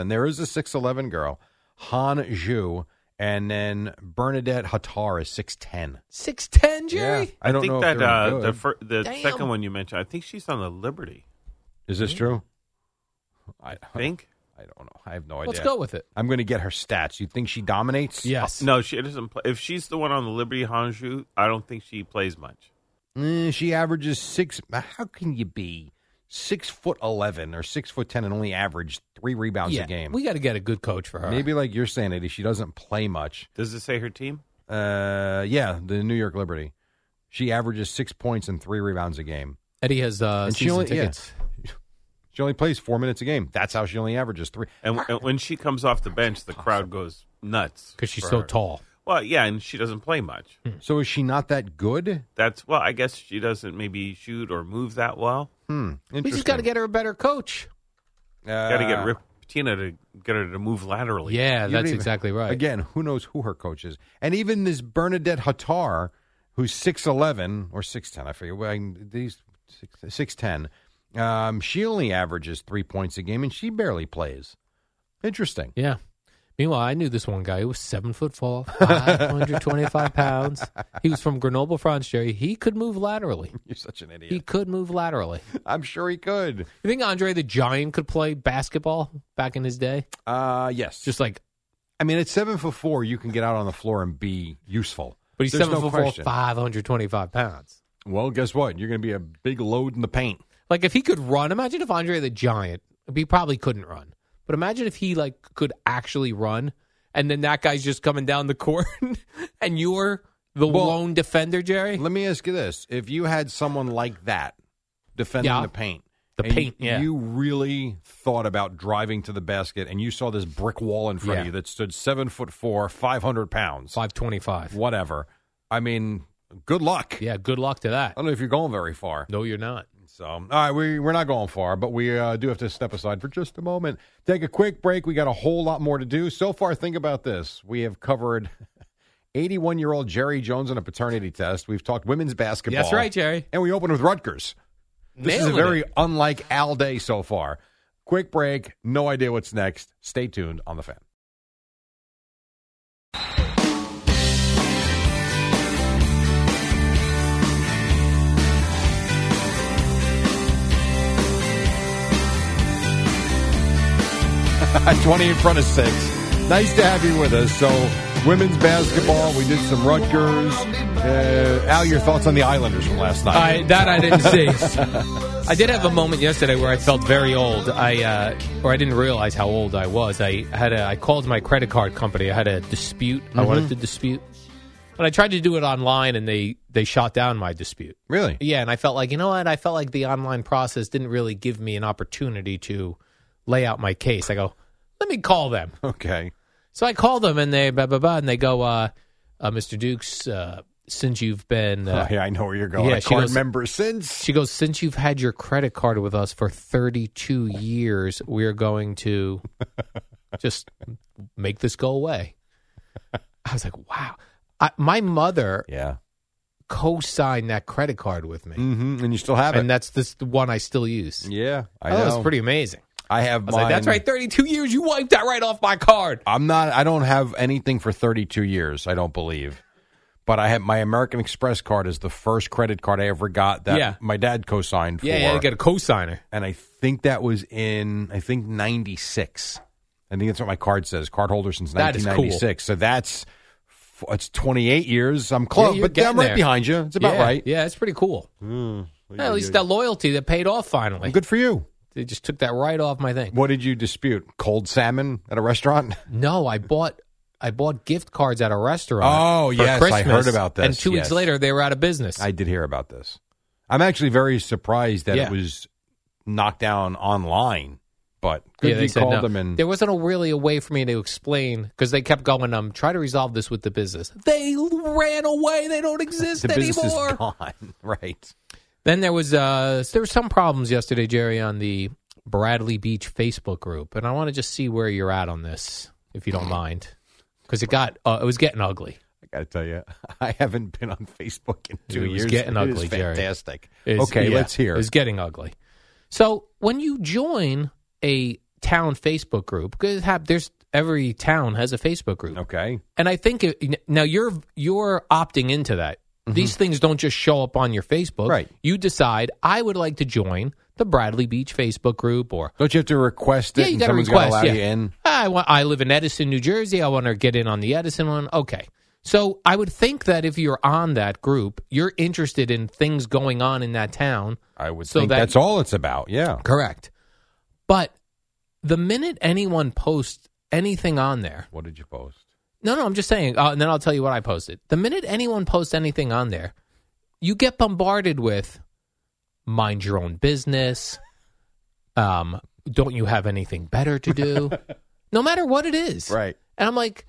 F: 6'11". There is a 6'11 girl, Han Zhu, and then Bernadette Hattar is 6'10".
G: Six ten, Jerry.
F: I don't
L: think
F: know if
L: that
F: they're
L: uh,
F: good.
L: the fir- the
G: Damn.
L: second one you mentioned. I think she's on the Liberty.
F: Is this true? I
L: I think
F: I don't know. I have no idea. Oh,
G: Let's go with it.
F: I'm going to get her stats. You think she dominates?
G: Yes.
L: No, she doesn't play. If she's the one on the Liberty Hanju, I don't think she plays much.
F: Mm, she averages six. How can you be six foot eleven or six foot ten and only average three rebounds
G: Yeah,
F: a game?
G: we gotta get a good coach for her.
F: Maybe like you're saying, Eddie, she doesn't play much.
L: Does it say her team?
F: Uh, yeah, the New York Liberty. She averages six points and three rebounds a game.
G: Eddie has uh,
F: And she
G: season
F: only- yeah.
G: tickets.
F: (laughs) She only plays four minutes a game. That's how she only averages three.
L: And, and when she comes off the bench, the crowd goes nuts
F: 'Cause she's
L: for
F: so
L: her.
F: tall.
L: Well, yeah, and she doesn't play much.
F: So is she not that good?
L: That's well, I guess she doesn't maybe shoot or move that well.
F: Hmm.
G: We just got to get her a better coach.
L: Got to
F: Uh,
L: get Rip Pitino to get her to move laterally.
G: Yeah, that's
F: You don't even-
G: exactly right.
F: Again, who knows who her coach is? And even this Bernadette Hattar, who's six eleven or six ten, I forget. well, I- These six ten. Um, she only averages three points a game, and she barely plays. Interesting.
G: Yeah. Meanwhile, I knew this one guy. He was seven foot four, (laughs) five hundred twenty-five pounds. He was from Grenoble, France, Jerry. He could move laterally.
F: (laughs) You're such an idiot.
G: He could move laterally.
F: I'm sure he could.
G: You think Andre the Giant could play basketball back in his day?
F: Uh yes.
G: Just like,
F: I mean, at seven foot four, you can get out on the floor and be useful.
G: but he's
F: There's
G: seven
F: no
G: foot
F: question.
G: four, five hundred twenty-five pounds.
F: Well, guess what? You're going to be a big load in the paint.
G: Like if he could run, imagine if Andre the Giant. He probably couldn't run, but imagine if he like could actually run, and then that guy's just coming down the court, (laughs) and you're the
F: Well,
G: lone defender, Jerry.
F: Let me ask you this: If you had someone like that defending
G: Yeah.
F: the paint,
G: The
F: and
G: paint, yeah.
F: you really thought about driving to the basket, and you saw this brick wall in front
G: Yeah.
F: of you that stood seven foot four, five hundred pounds,
G: Five twenty-five.
F: whatever. I mean, good luck.
G: Yeah, good luck to that.
F: I don't know if you're going very far.
G: No, you're not.
F: So, all right, we, we're not going far, but we uh, do have to step aside for just a moment. Take a quick break. We got a whole lot more to do. So far, think about this. We have covered (laughs) 81 year old Jerry Jones on a paternity test. We've talked women's basketball.
G: That's right, Jerry.
F: And we opened with Rutgers. This is
G: Nailing
F: a very
G: it.
F: unlike Al Day so far. Quick break. No idea what's next. Stay tuned on the fan. (laughs) Twenty in front of six. Nice to have you with us. So, women's basketball. We did some Rutgers. Uh, Al, your thoughts on the Islanders from last night?
G: I, that I didn't see. I did have a moment yesterday where I felt very old. I uh, or I didn't realize how old I was. I had a, I called my credit card company. I had a dispute. I
F: Mhm.
G: wanted to dispute, and I tried to do it online, and they they shot down my dispute.
F: Really?
G: Yeah, and I felt like you know what? I felt like the online process didn't really give me an opportunity to lay out my case. I go, let me call them.
F: Okay.
G: So I call them and they blah blah blah and they go, uh, uh, Mr. Dukes, uh, since you've been, uh,
F: Oh, yeah, I know where you're going.
G: Yeah,
F: A
G: she
F: card
G: goes-
F: member since.
G: she goes, since you've had your credit card with us for 32 years, we're going
F: (laughs)
G: to just make this go away. I was like, wow. I, my mother
F: Yeah.
G: co-signed that credit card with me,
F: hmm And you still have it.
G: and that's this the one I still use.
F: yeah, I
G: Oh,
F: know.
G: that's pretty amazing.
F: I have
G: I was like, that's
F: mine-
G: right, 32 years. You wiped that right off my card.
F: I'm not. I don't have anything for 32 years. I don't believe. But I have my American Express card is the first credit card I ever got that
G: Yeah.
F: my dad co-signed
G: Yeah,
F: for.
G: yeah, you got a co-signer.
F: and I think that was in I think 96. I think that's what my card says. Card holder since
G: That is cool.
F: 1996. So that's f- it's 28 years. I'm close,
G: Yeah, you're
F: but I'm
G: getting
F: right
G: there.
F: behind you. It's about
G: Yeah,
F: right. Mm.
G: Yeah, it's pretty cool. Yeah, at least that loyalty that paid off finally.
F: (laughs) Good for you.
G: They just took that right off my thing.
F: What did you dispute? Cold salmon at
G: (laughs)
F: a restaurant?
G: No, I bought I bought gift cards at a restaurant.
F: Oh,
G: for
F: yes, I
G: Christmas,
F: heard about this,
G: And two
F: yes.
G: weeks later, they were out of business.
F: I did hear about this. I'm actually very surprised that
G: Yeah.
F: it was knocked down online, but good
G: yeah,
F: you
G: they said
F: called
G: no.
F: them and
G: there wasn't a really a way for me to explain because they kept going. Um, try to resolve this with the business. They ran away. They don't exist
F: the business
G: anymore.
F: is gone. (laughs) right.
G: Then there was uh, there were some problems yesterday, Jerry, on the Bradley Beach Facebook group, and I want to just see where you're at on this, if you don't mind, because it got uh, it was getting ugly.
F: I got to tell you, I haven't been on Facebook in two
G: It was
F: years.
G: getting
F: It is
G: ugly, Jerry.
F: fantastic.
G: Is-
F: okay,
G: yeah,
F: let's hear.
G: It's getting ugly. So when you join a town Facebook group, 'cause it hap- there's every town has a Facebook group,
F: okay,
G: and I think it, now you're you're opting into that. These things don't just show up on your Facebook.
F: Mm-hmm. Right.
G: You decide I would like to join the Bradley Beach Facebook group or
F: Don't you have to request it
G: yeah, you
F: and
G: got to
F: someone's gotta
G: request.
F: allow
G: yeah.
F: you in?
G: I want. I live in Edison, New Jersey. I want to get in on the Edison one. Okay. So I would think that if you're on that group, you're interested in things going on in that town.
F: I would
G: so
F: think
G: that,
F: that's all it's about. Yeah.
G: Correct. But the minute anyone posts anything on there,
F: What did you post?
G: no, no, I'm just saying, uh, and then I'll tell you what I posted. The minute anyone posts anything on there, you get bombarded with mind your own business. Um, don't you have anything better to
F: (laughs)
G: do? no matter what it is.
F: Right.
G: And I'm like,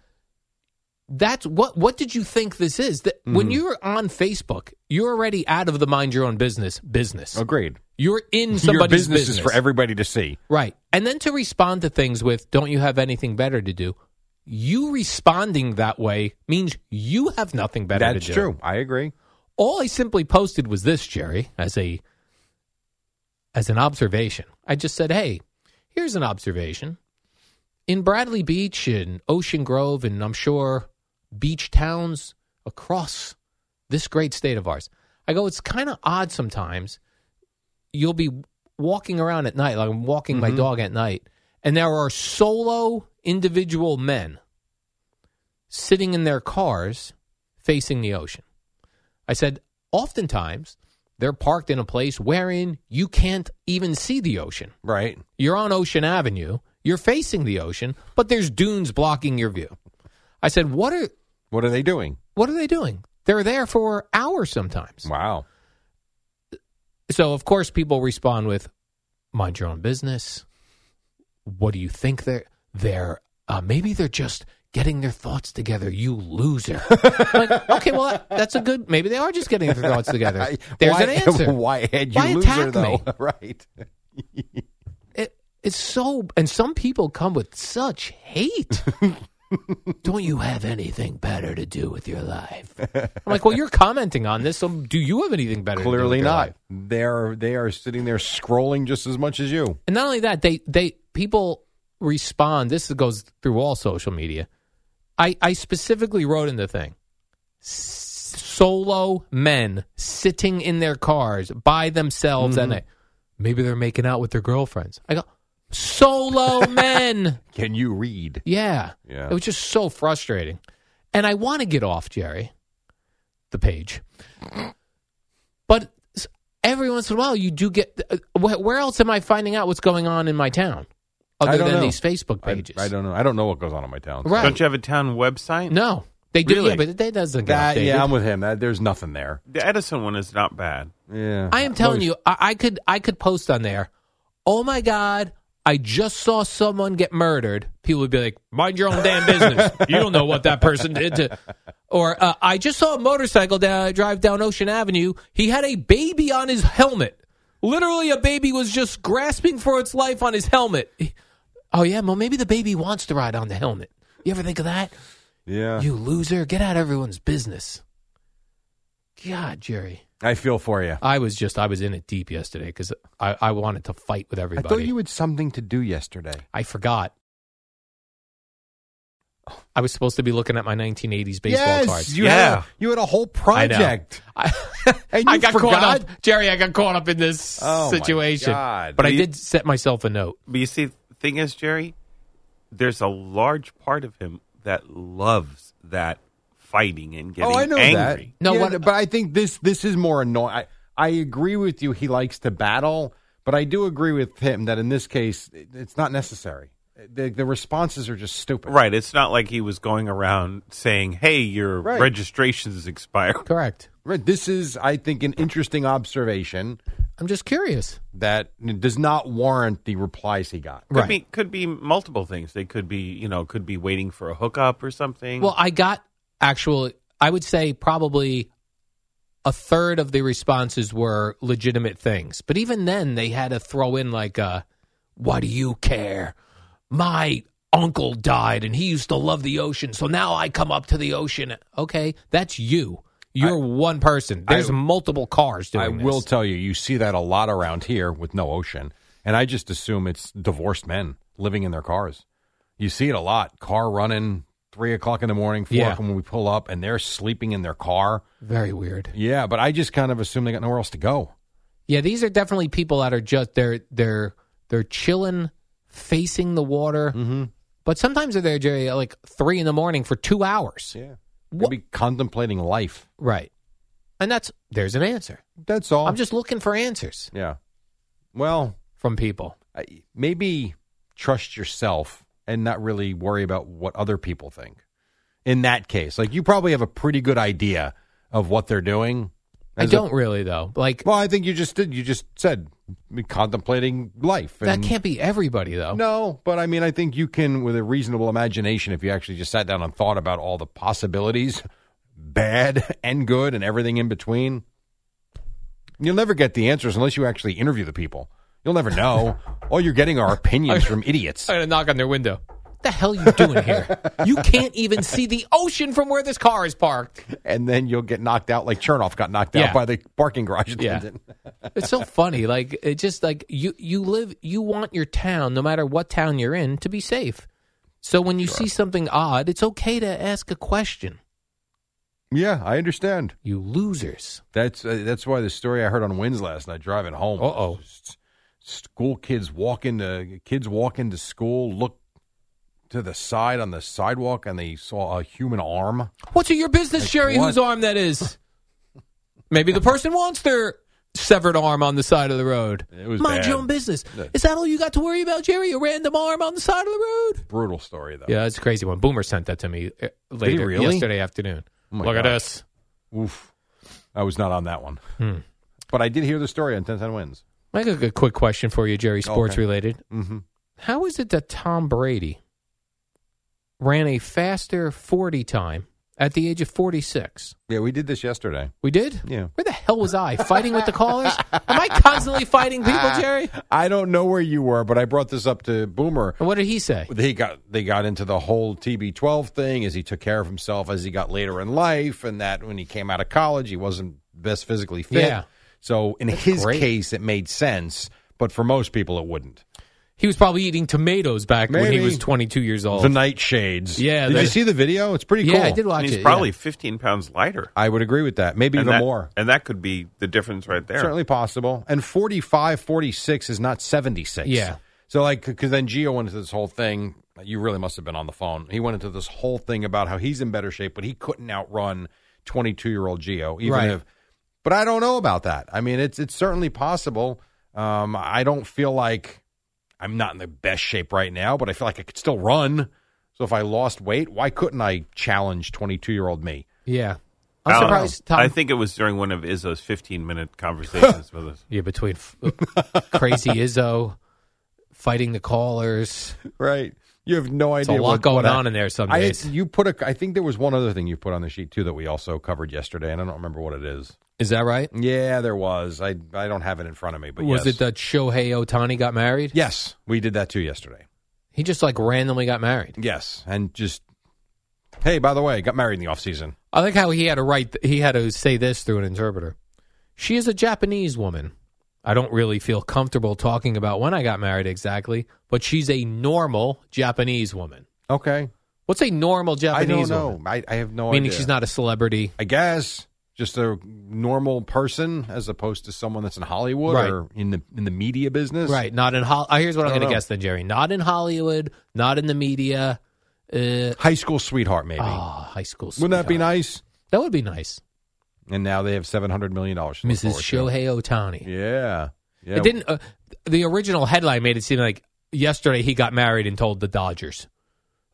G: that's what what did you think this is? That when
F: Mm.
G: you're on Facebook, you're already out of the mind your own business business.
F: Agreed.
G: You're in somebody's
F: Your business, is for everybody to see.
G: Right. And then to respond to things with, don't you have anything better to do? You responding that way means you have nothing better
F: That's
G: to do.
F: true. I agree.
G: All I simply posted was this, Jerry, as a as an observation. I just said, hey, here's an observation. In Bradley Beach and Ocean Grove and I'm sure beach towns across this great state of ours. I go, it's kind of odd sometimes. You'll be walking around at night, like I'm walking my dog at night, and there are solo individual men sitting in their cars facing the ocean. I said, oftentimes they're parked in a place wherein you can't even see the ocean.
F: Right.
G: You're on Ocean Avenue, you're facing the ocean, but there's dunes blocking your view. I said, what are
F: What are they doing?
G: what are they doing? They're there for hours sometimes.
F: Wow.
G: So of course people respond with mind your own business. What do you think they're they're uh, maybe they're just getting their thoughts together, you loser.
F: (laughs)
G: like, okay, well that- that's a good maybe they are just getting their thoughts
F: (laughs)
G: together. There's
F: Why-
G: an answer.
F: Why had you
G: Why
F: loser
G: attack
F: though? (laughs)
G: me?
F: right.
G: It, it's so and some people come with such
F: (laughs)
G: hate. Don't you have anything better to do with your
F: (laughs)
G: life? I'm like, well, you're commenting on this, so do you have anything better? to do with
F: Clearly
G: your life?
F: not. They're they are sitting there scrolling just as much as you.
G: And not only that, they they people respond. This goes through all social media. I I specifically wrote in the thing s- solo men sitting in their cars by themselves and they, maybe they're making out with their girlfriends. I go solo men.
F: Can you read?
G: Yeah.
F: Yeah.
G: It was just so frustrating. And I want to get off, Jerry, the page. But s- every once in a while, you do get. uh, wh- Where else am I finding out what's going on in my town
F: I
G: other
F: don't
G: than
F: know.
G: these Facebook
F: I-
G: pages?
F: I, don't know. I don't know what goes on in my town.
G: Right.
L: Don't you have a town website?
G: No. They do,
L: Really?
G: yeah, but that doesn't get
F: That,
G: updated.
F: yeah, I'm with him. That, there's nothing there.
L: The Edison one is not bad.
F: Yeah.
G: I am telling you, I, I could I could post on there. Oh my God, I just saw someone get murdered. People would be like, "Mind your own damn business. you don't know what that person did." to Or uh, I just saw a motorcycle da- drive down Ocean Avenue. He had a baby on his helmet. Literally, a baby was just grasping for its life on his helmet. Oh yeah, well maybe the baby wants to ride on the helmet. You ever think of that?
F: Yeah.
G: You loser, get out of everyone's business. God, Jerry.
F: I feel for you.
G: I was just I was in it deep yesterday because I, I wanted to fight with
F: I
G: everybody.
F: thought you had something to do yesterday.
G: I forgot. I was supposed to be looking at my 1980s baseball
F: yes,
G: cards.
F: you had a, you had a whole
G: I know.
F: project.
G: I,
F: (laughs) And you
G: I got
F: forgot?
G: caught up, Jerry. I got caught up in this
F: Oh, my
G: situation,
F: God.
G: but I
L: You-
G: did set myself a note.
L: But you see, the thing is, Jerry, there's a large part of him that loves that fighting and getting
F: oh, I know
L: angry.
F: that. No,
G: No, what-
F: but I think this this is more annoying. I, I agree with you. He likes to battle, but I do agree with him that in this case, it, it's not necessary. The, the responses are just stupid.
L: Right. It's not like he was going around saying, hey, your
F: Right.
L: registration's expired.
G: Correct.
F: Right. This is, I think, an interesting observation
G: I'm just curious.
F: that does not warrant the replies he got.
L: Could
G: Right.
L: be could be multiple things. They could be, you know, could be waiting for a hookup or something.
G: Well, I got actual. I would say probably a third of the responses were legitimate things, but even then, they had to throw in like, uh, "Why do you care? My uncle died, and he used to love the ocean, so now I come up to the ocean." Okay, that's you. You're one person. There's
F: I-
G: multiple cars doing
F: I
G: this.
F: will tell you, you see that a lot around here with no ocean. And I just assume it's divorced men living in their cars. You see it a lot. Car running three o'clock in the morning, four
G: Yeah.
F: o'clock when we pull up, and they're sleeping in their car.
G: Very weird.
F: Yeah, but I just kind of assume they got nowhere else to go.
G: Yeah, these are definitely people that are just they're they're they're chilling, facing the water. Mm-hmm. But sometimes they're there, Jerry, at like three in the morning for two hours.
F: Yeah, be contemplating life.
G: Right, and that's there's an answer.
F: That's all.
G: I'm just looking for answers.
F: Yeah. Well,
G: from people,
F: I- maybe trust yourself and not really worry about what other people think. In that case, like you probably have a pretty good idea of what they're doing.
G: I
F: As a-
G: don't really though. Like,
F: well, I think you just did. You just said contemplating life.
G: That
F: and-
G: can't be everybody though.
F: No, but I mean, I think you can, with a reasonable imagination, if you actually just sat down and thought about all the possibilities, bad (laughs) and good and everything in between, you'll never get the answers unless you actually interview the people. You'll
G: (laughs)
F: never know. all you're getting are opinions from idiots.
G: I'm gonna knock on their window. What the hell are you doing
F: (laughs)
G: here? you can't even see the ocean from where this car is parked.
F: And then you'll get knocked out like Chernoff got knocked out
G: Yeah.
F: by the parking garage
G: Yeah.
F: attendant.
G: It's so funny. Like it just like you you live you want your town, no matter what town you're in, to be safe. So when you see something odd, it's okay to ask a question.
F: Yeah, I understand.
G: You losers.
F: That's uh, that's why the story I heard on Wins last night driving home. Uh oh. School kids walk into kids walk into school, look to the side on the sidewalk, and they saw a human arm.
G: What's it your business,
F: Like
G: Sherry,
F: what?
G: whose arm that is? Maybe the person wants their severed arm on the side of the road.
F: It was
G: Mind
F: bad.
G: your own business.
F: Yeah.
G: Is that all you got to worry about, Jerry? A random arm on the side of the road?
F: Brutal story though.
G: Yeah, that's a crazy one. Boomer sent that to me uh, later
F: really?
G: yesterday afternoon.
F: Oh my
G: Look at
F: God.
G: us.
F: Oof. I was not on that one,
G: Hmm.
F: but I did hear the story on Ten Ten Wins.
G: I got a quick question for you, Jerry, sports
F: Okay.
G: related.
F: Mm-hmm.
G: How is it that Tom Brady ran a faster 40 time at the age of 46?
F: Yeah, we did this yesterday.
G: We did?
F: Yeah.
G: Where the hell was I? Fighting with the callers? Am I constantly fighting
F: (laughs)
G: people, Jerry?
F: I don't know where you were, but I brought this up to Boomer.
G: And what did he say?
F: They got they got into the whole TB12 thing as he took care of himself as he got later in life, and that when he came out of college, he wasn't best physically fit.
G: Yeah.
F: So in his case, it made sense, but for most people, it wouldn't.
G: He was probably eating tomatoes back when he
F: Maybe.
G: was 22 years old.
F: The nightshades.
G: Yeah,
F: Did
G: the-
F: you see the video? It's pretty
G: Yeah,
F: cool.
G: I did watch
F: And
G: it,
F: he's
G: yeah.
F: probably-
L: Probably 15 pounds lighter.
F: I would agree with that. Maybe
L: and
F: even
L: that-
F: more.
L: And that could be the difference right there.
F: Certainly possible. And 45, 46 is not 76.
G: Yeah.
F: So, like, because then Gio went into this whole thing. You really must have been on the phone. He went into this whole thing about how he's in better shape, but he couldn't outrun 22 year old Gio, even
G: Right.
F: if. But I don't know about that. I mean, it's it's certainly possible. Um, I don't feel like I'm not in the best shape right now, but I feel like I could still run. So if I lost weight, why couldn't I challenge 22 year old me?
G: Yeah.
L: I
G: I'm
L: don't know.
G: surprised Tom.
L: I think it was during one of Izzo's 15 minute
G: (laughs)
L: conversations with us.
G: yeah, between f- (laughs) crazy Izzo fighting the callers.
F: Right. You have no
G: It's
F: idea.
G: a lot
F: what-
G: going
F: what I-
G: on in there some
F: I-
G: days.
F: you put a. I think there was one other thing you put on the sheet too that we also covered yesterday, and I don't remember what it is.
G: Is that right?
F: Yeah, there was. I I don't have it in front of me, but
G: was
F: yes.
G: it that Shohei Otani got married?
F: Yes, we did that too yesterday.
G: He just like randomly got married.
F: Yes, and just hey, by the way, got married in the off season.
G: I like how he had to write. He had to say this through an interpreter. She is a Japanese woman. I don't really feel comfortable talking about when I got married exactly, but she's a normal Japanese woman.
F: Okay,
G: What's a normal
F: I
G: Japanese
F: don't know.
G: woman?
F: I, I have no
G: Meaning
F: idea.
G: she's not a celebrity.
F: I guess just a normal person as opposed to someone that's in Hollywood
G: Right.
F: or in the in the media business.
G: Right. Not in Hol. uh, Here's what I'm
F: I don't
G: going to
F: know.
G: guess then, Jerry. Not in Hollywood. Not in the media. Uh,
F: High school sweetheart, maybe.
G: ah, high school.
F: Wouldn't that be
G: sweetheart.
F: nice?
G: That would be nice.
F: And now they have seven hundred million dollars.
G: Mrs. Shohei Otani.
F: Yeah. Yeah.
G: It didn't. Uh, the original headline made it seem like yesterday he got married and told the Dodgers,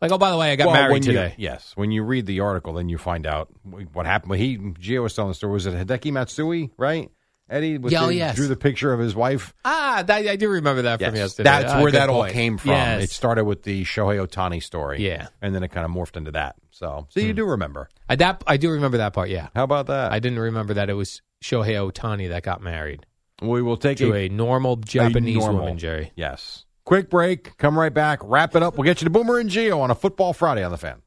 G: like, "Oh, by the way, I got
F: Well, when
G: married
F: you-
G: today."
F: yes. When you read the article, then you find out what happened. He Gio was telling the story. Was it Hideki Matsui? Right. Eddie was
G: Yeah, oh,
F: the-
G: yes.
F: drew the picture of his wife.
G: Ah, that, I do remember that from
F: Yes.
G: yesterday.
F: That's
G: Ah,
F: where
G: good
F: that all
G: point.
F: came from.
G: Yes.
F: It started with the Shohei Otani story.
G: Yeah.
F: And then it kind of morphed into that. So, so you do remember.
G: I, that I do remember that part. Yeah,
F: How about that?
G: I didn't remember that it was Shohei Otani that got married
F: we will take
G: to
F: a,
G: a normal Japanese
F: normal-
G: woman, Jerry.
F: Yes. Quick break. Come right back. Wrap it up. We'll get you to Boomer and Geo on a Football Friday on the fan.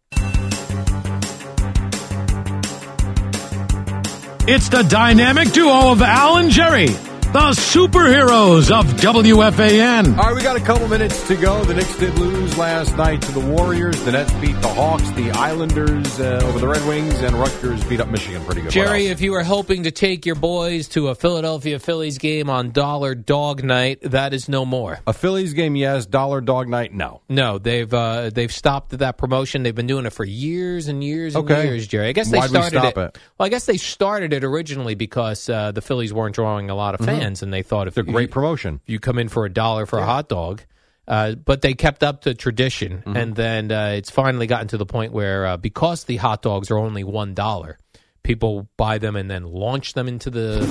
E: It's the dynamic duo of Al and Jerry. The superheroes of WFAN.
F: All right, we got a couple minutes to go. The Knicks did lose last night to the Warriors. The Nets beat the Hawks, the Islanders uh, over the Red Wings, and Rutgers beat up Michigan pretty good. What
G: Jerry, if you are hoping to take your boys to a Philadelphia Phillies game on Dollar Dog Night, that is no more.
F: A Phillies game, yes. Dollar Dog Night, no.
G: No, they've uh, they've stopped that promotion. They've been doing it for years and years and
F: Okay.
G: years, Jerry. I guess they
F: Why'd we
G: started
F: stop it?
G: Well, I guess they started it originally because uh, the Phillies weren't drawing a lot of
F: Mhm.
G: fans, and they thought if
F: It's a great promotion.
G: you come in for a dollar for a hot dog. Uh, but they kept up the tradition,
F: Mhm.
G: and then uh, it's finally gotten to the point where uh, because the hot dogs are only one dollar, people buy them and then launch them into
F: (laughs)
G: the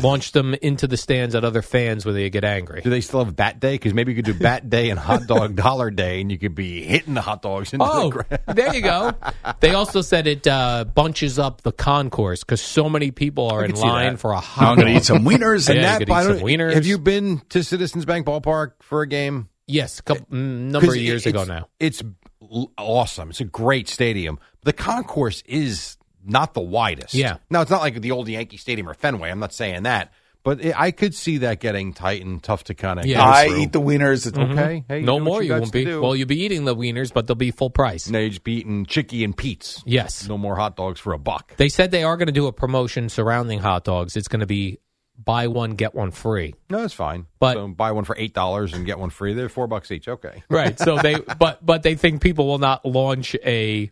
G: launch them into the stands at other fans where they get angry.
F: Do they still have Bat Day? Because maybe you could do Bat Day and
G: (laughs)
F: Hot Dog Dollar Day, and you could be hitting the hot dogs into
G: Oh,
F: (laughs) the ground.
G: there you go. They also said it uh, bunches up the concourse because so many people are in
F: could see
G: line
F: that.
G: for a hot.
F: I'm gonna
G: dog.
F: eat some wieners.
G: Yeah,
F: And
G: you
F: that-
G: could eat
F: I
G: some
F: don't-
G: wieners.
F: have you been to Citizens Bank Ballpark for a game?
G: Yes, a couple, mm, number
F: 'Cause
G: of years
F: it-
G: ago
F: it's-
G: now.
F: It's l- awesome. It's a great stadium. The concourse is not the widest.
G: Yeah.
F: Now it's not like the old Yankee Stadium or Fenway. I'm not saying that, but it, I could see that getting tight and tough to kind of.
M: I eat the wieners. It's
F: Okay. Hey,
G: Mm-hmm. no
F: do what
G: more.
F: you
G: You
F: got
G: won't
F: to
G: be.
F: do.
G: Well, you'll be eating the wieners, but they'll be full price.
F: Now you're just eating chicky and Pete's.
G: Yes.
F: No more hot dogs for a buck.
G: They said they are going to do a promotion surrounding hot dogs. It's going to be buy one get one free.
F: No, that's fine.
G: But-
F: so buy one for eight dollars and get one free. They're four bucks each. Okay.
G: Right. So
F: (laughs)
G: they but but they think people will not launch a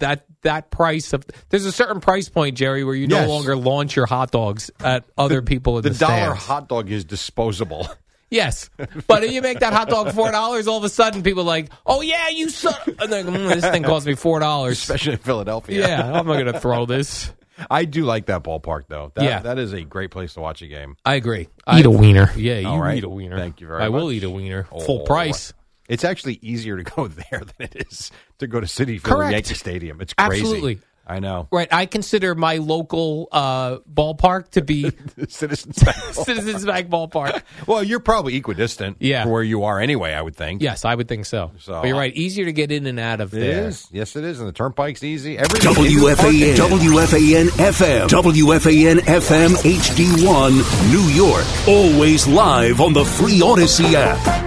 G: that that price of there's a certain price point, Jerry, where you
F: Yes.
G: no longer launch your hot dogs at other people in (laughs) the,
F: the dollar
G: stands.
F: hot dog is disposable. (laughs)
G: Yes, but if you make that hot dog four dollars, all of a sudden people are like, oh yeah, you suck. And they're like, "Mm, this thing cost me four dollars,
F: especially in Philadelphia.
G: Yeah, I'm not going to throw this.
F: I do like that ballpark though. That,
G: Yeah.
F: that is a great place to watch a game.
G: I agree. a
F: Eat a
G: wiener. Yeah, you
F: All right.
G: eat a wiener.
F: Thank you very
G: I
F: much. Oh.
G: will eat a wiener,
F: All
G: full price.
F: right. It's actually easier to go (laughs) there than it is to go to City Field or
G: Correct.
F: Yankee Stadium. It's crazy.
G: Absolutely.
F: I know.
G: Right, I consider my local uh, ballpark to be (laughs)
F: (laughs) Citizens Bank.
G: Citizens Bank
F: (laughs)
G: Ballpark.
F: Well, you're probably equidistant
G: Yeah.
F: for where you are anyway, I would think.
G: Yes, I would think so.
F: So
G: But you're right, easier to get in and out of
F: It
G: there.
F: is. Yes, it is. And the turnpike's easy. Everything
C: WFAN, WFAN FM, WFAN FM HD1, New York. Always live on the Free Odyssey app.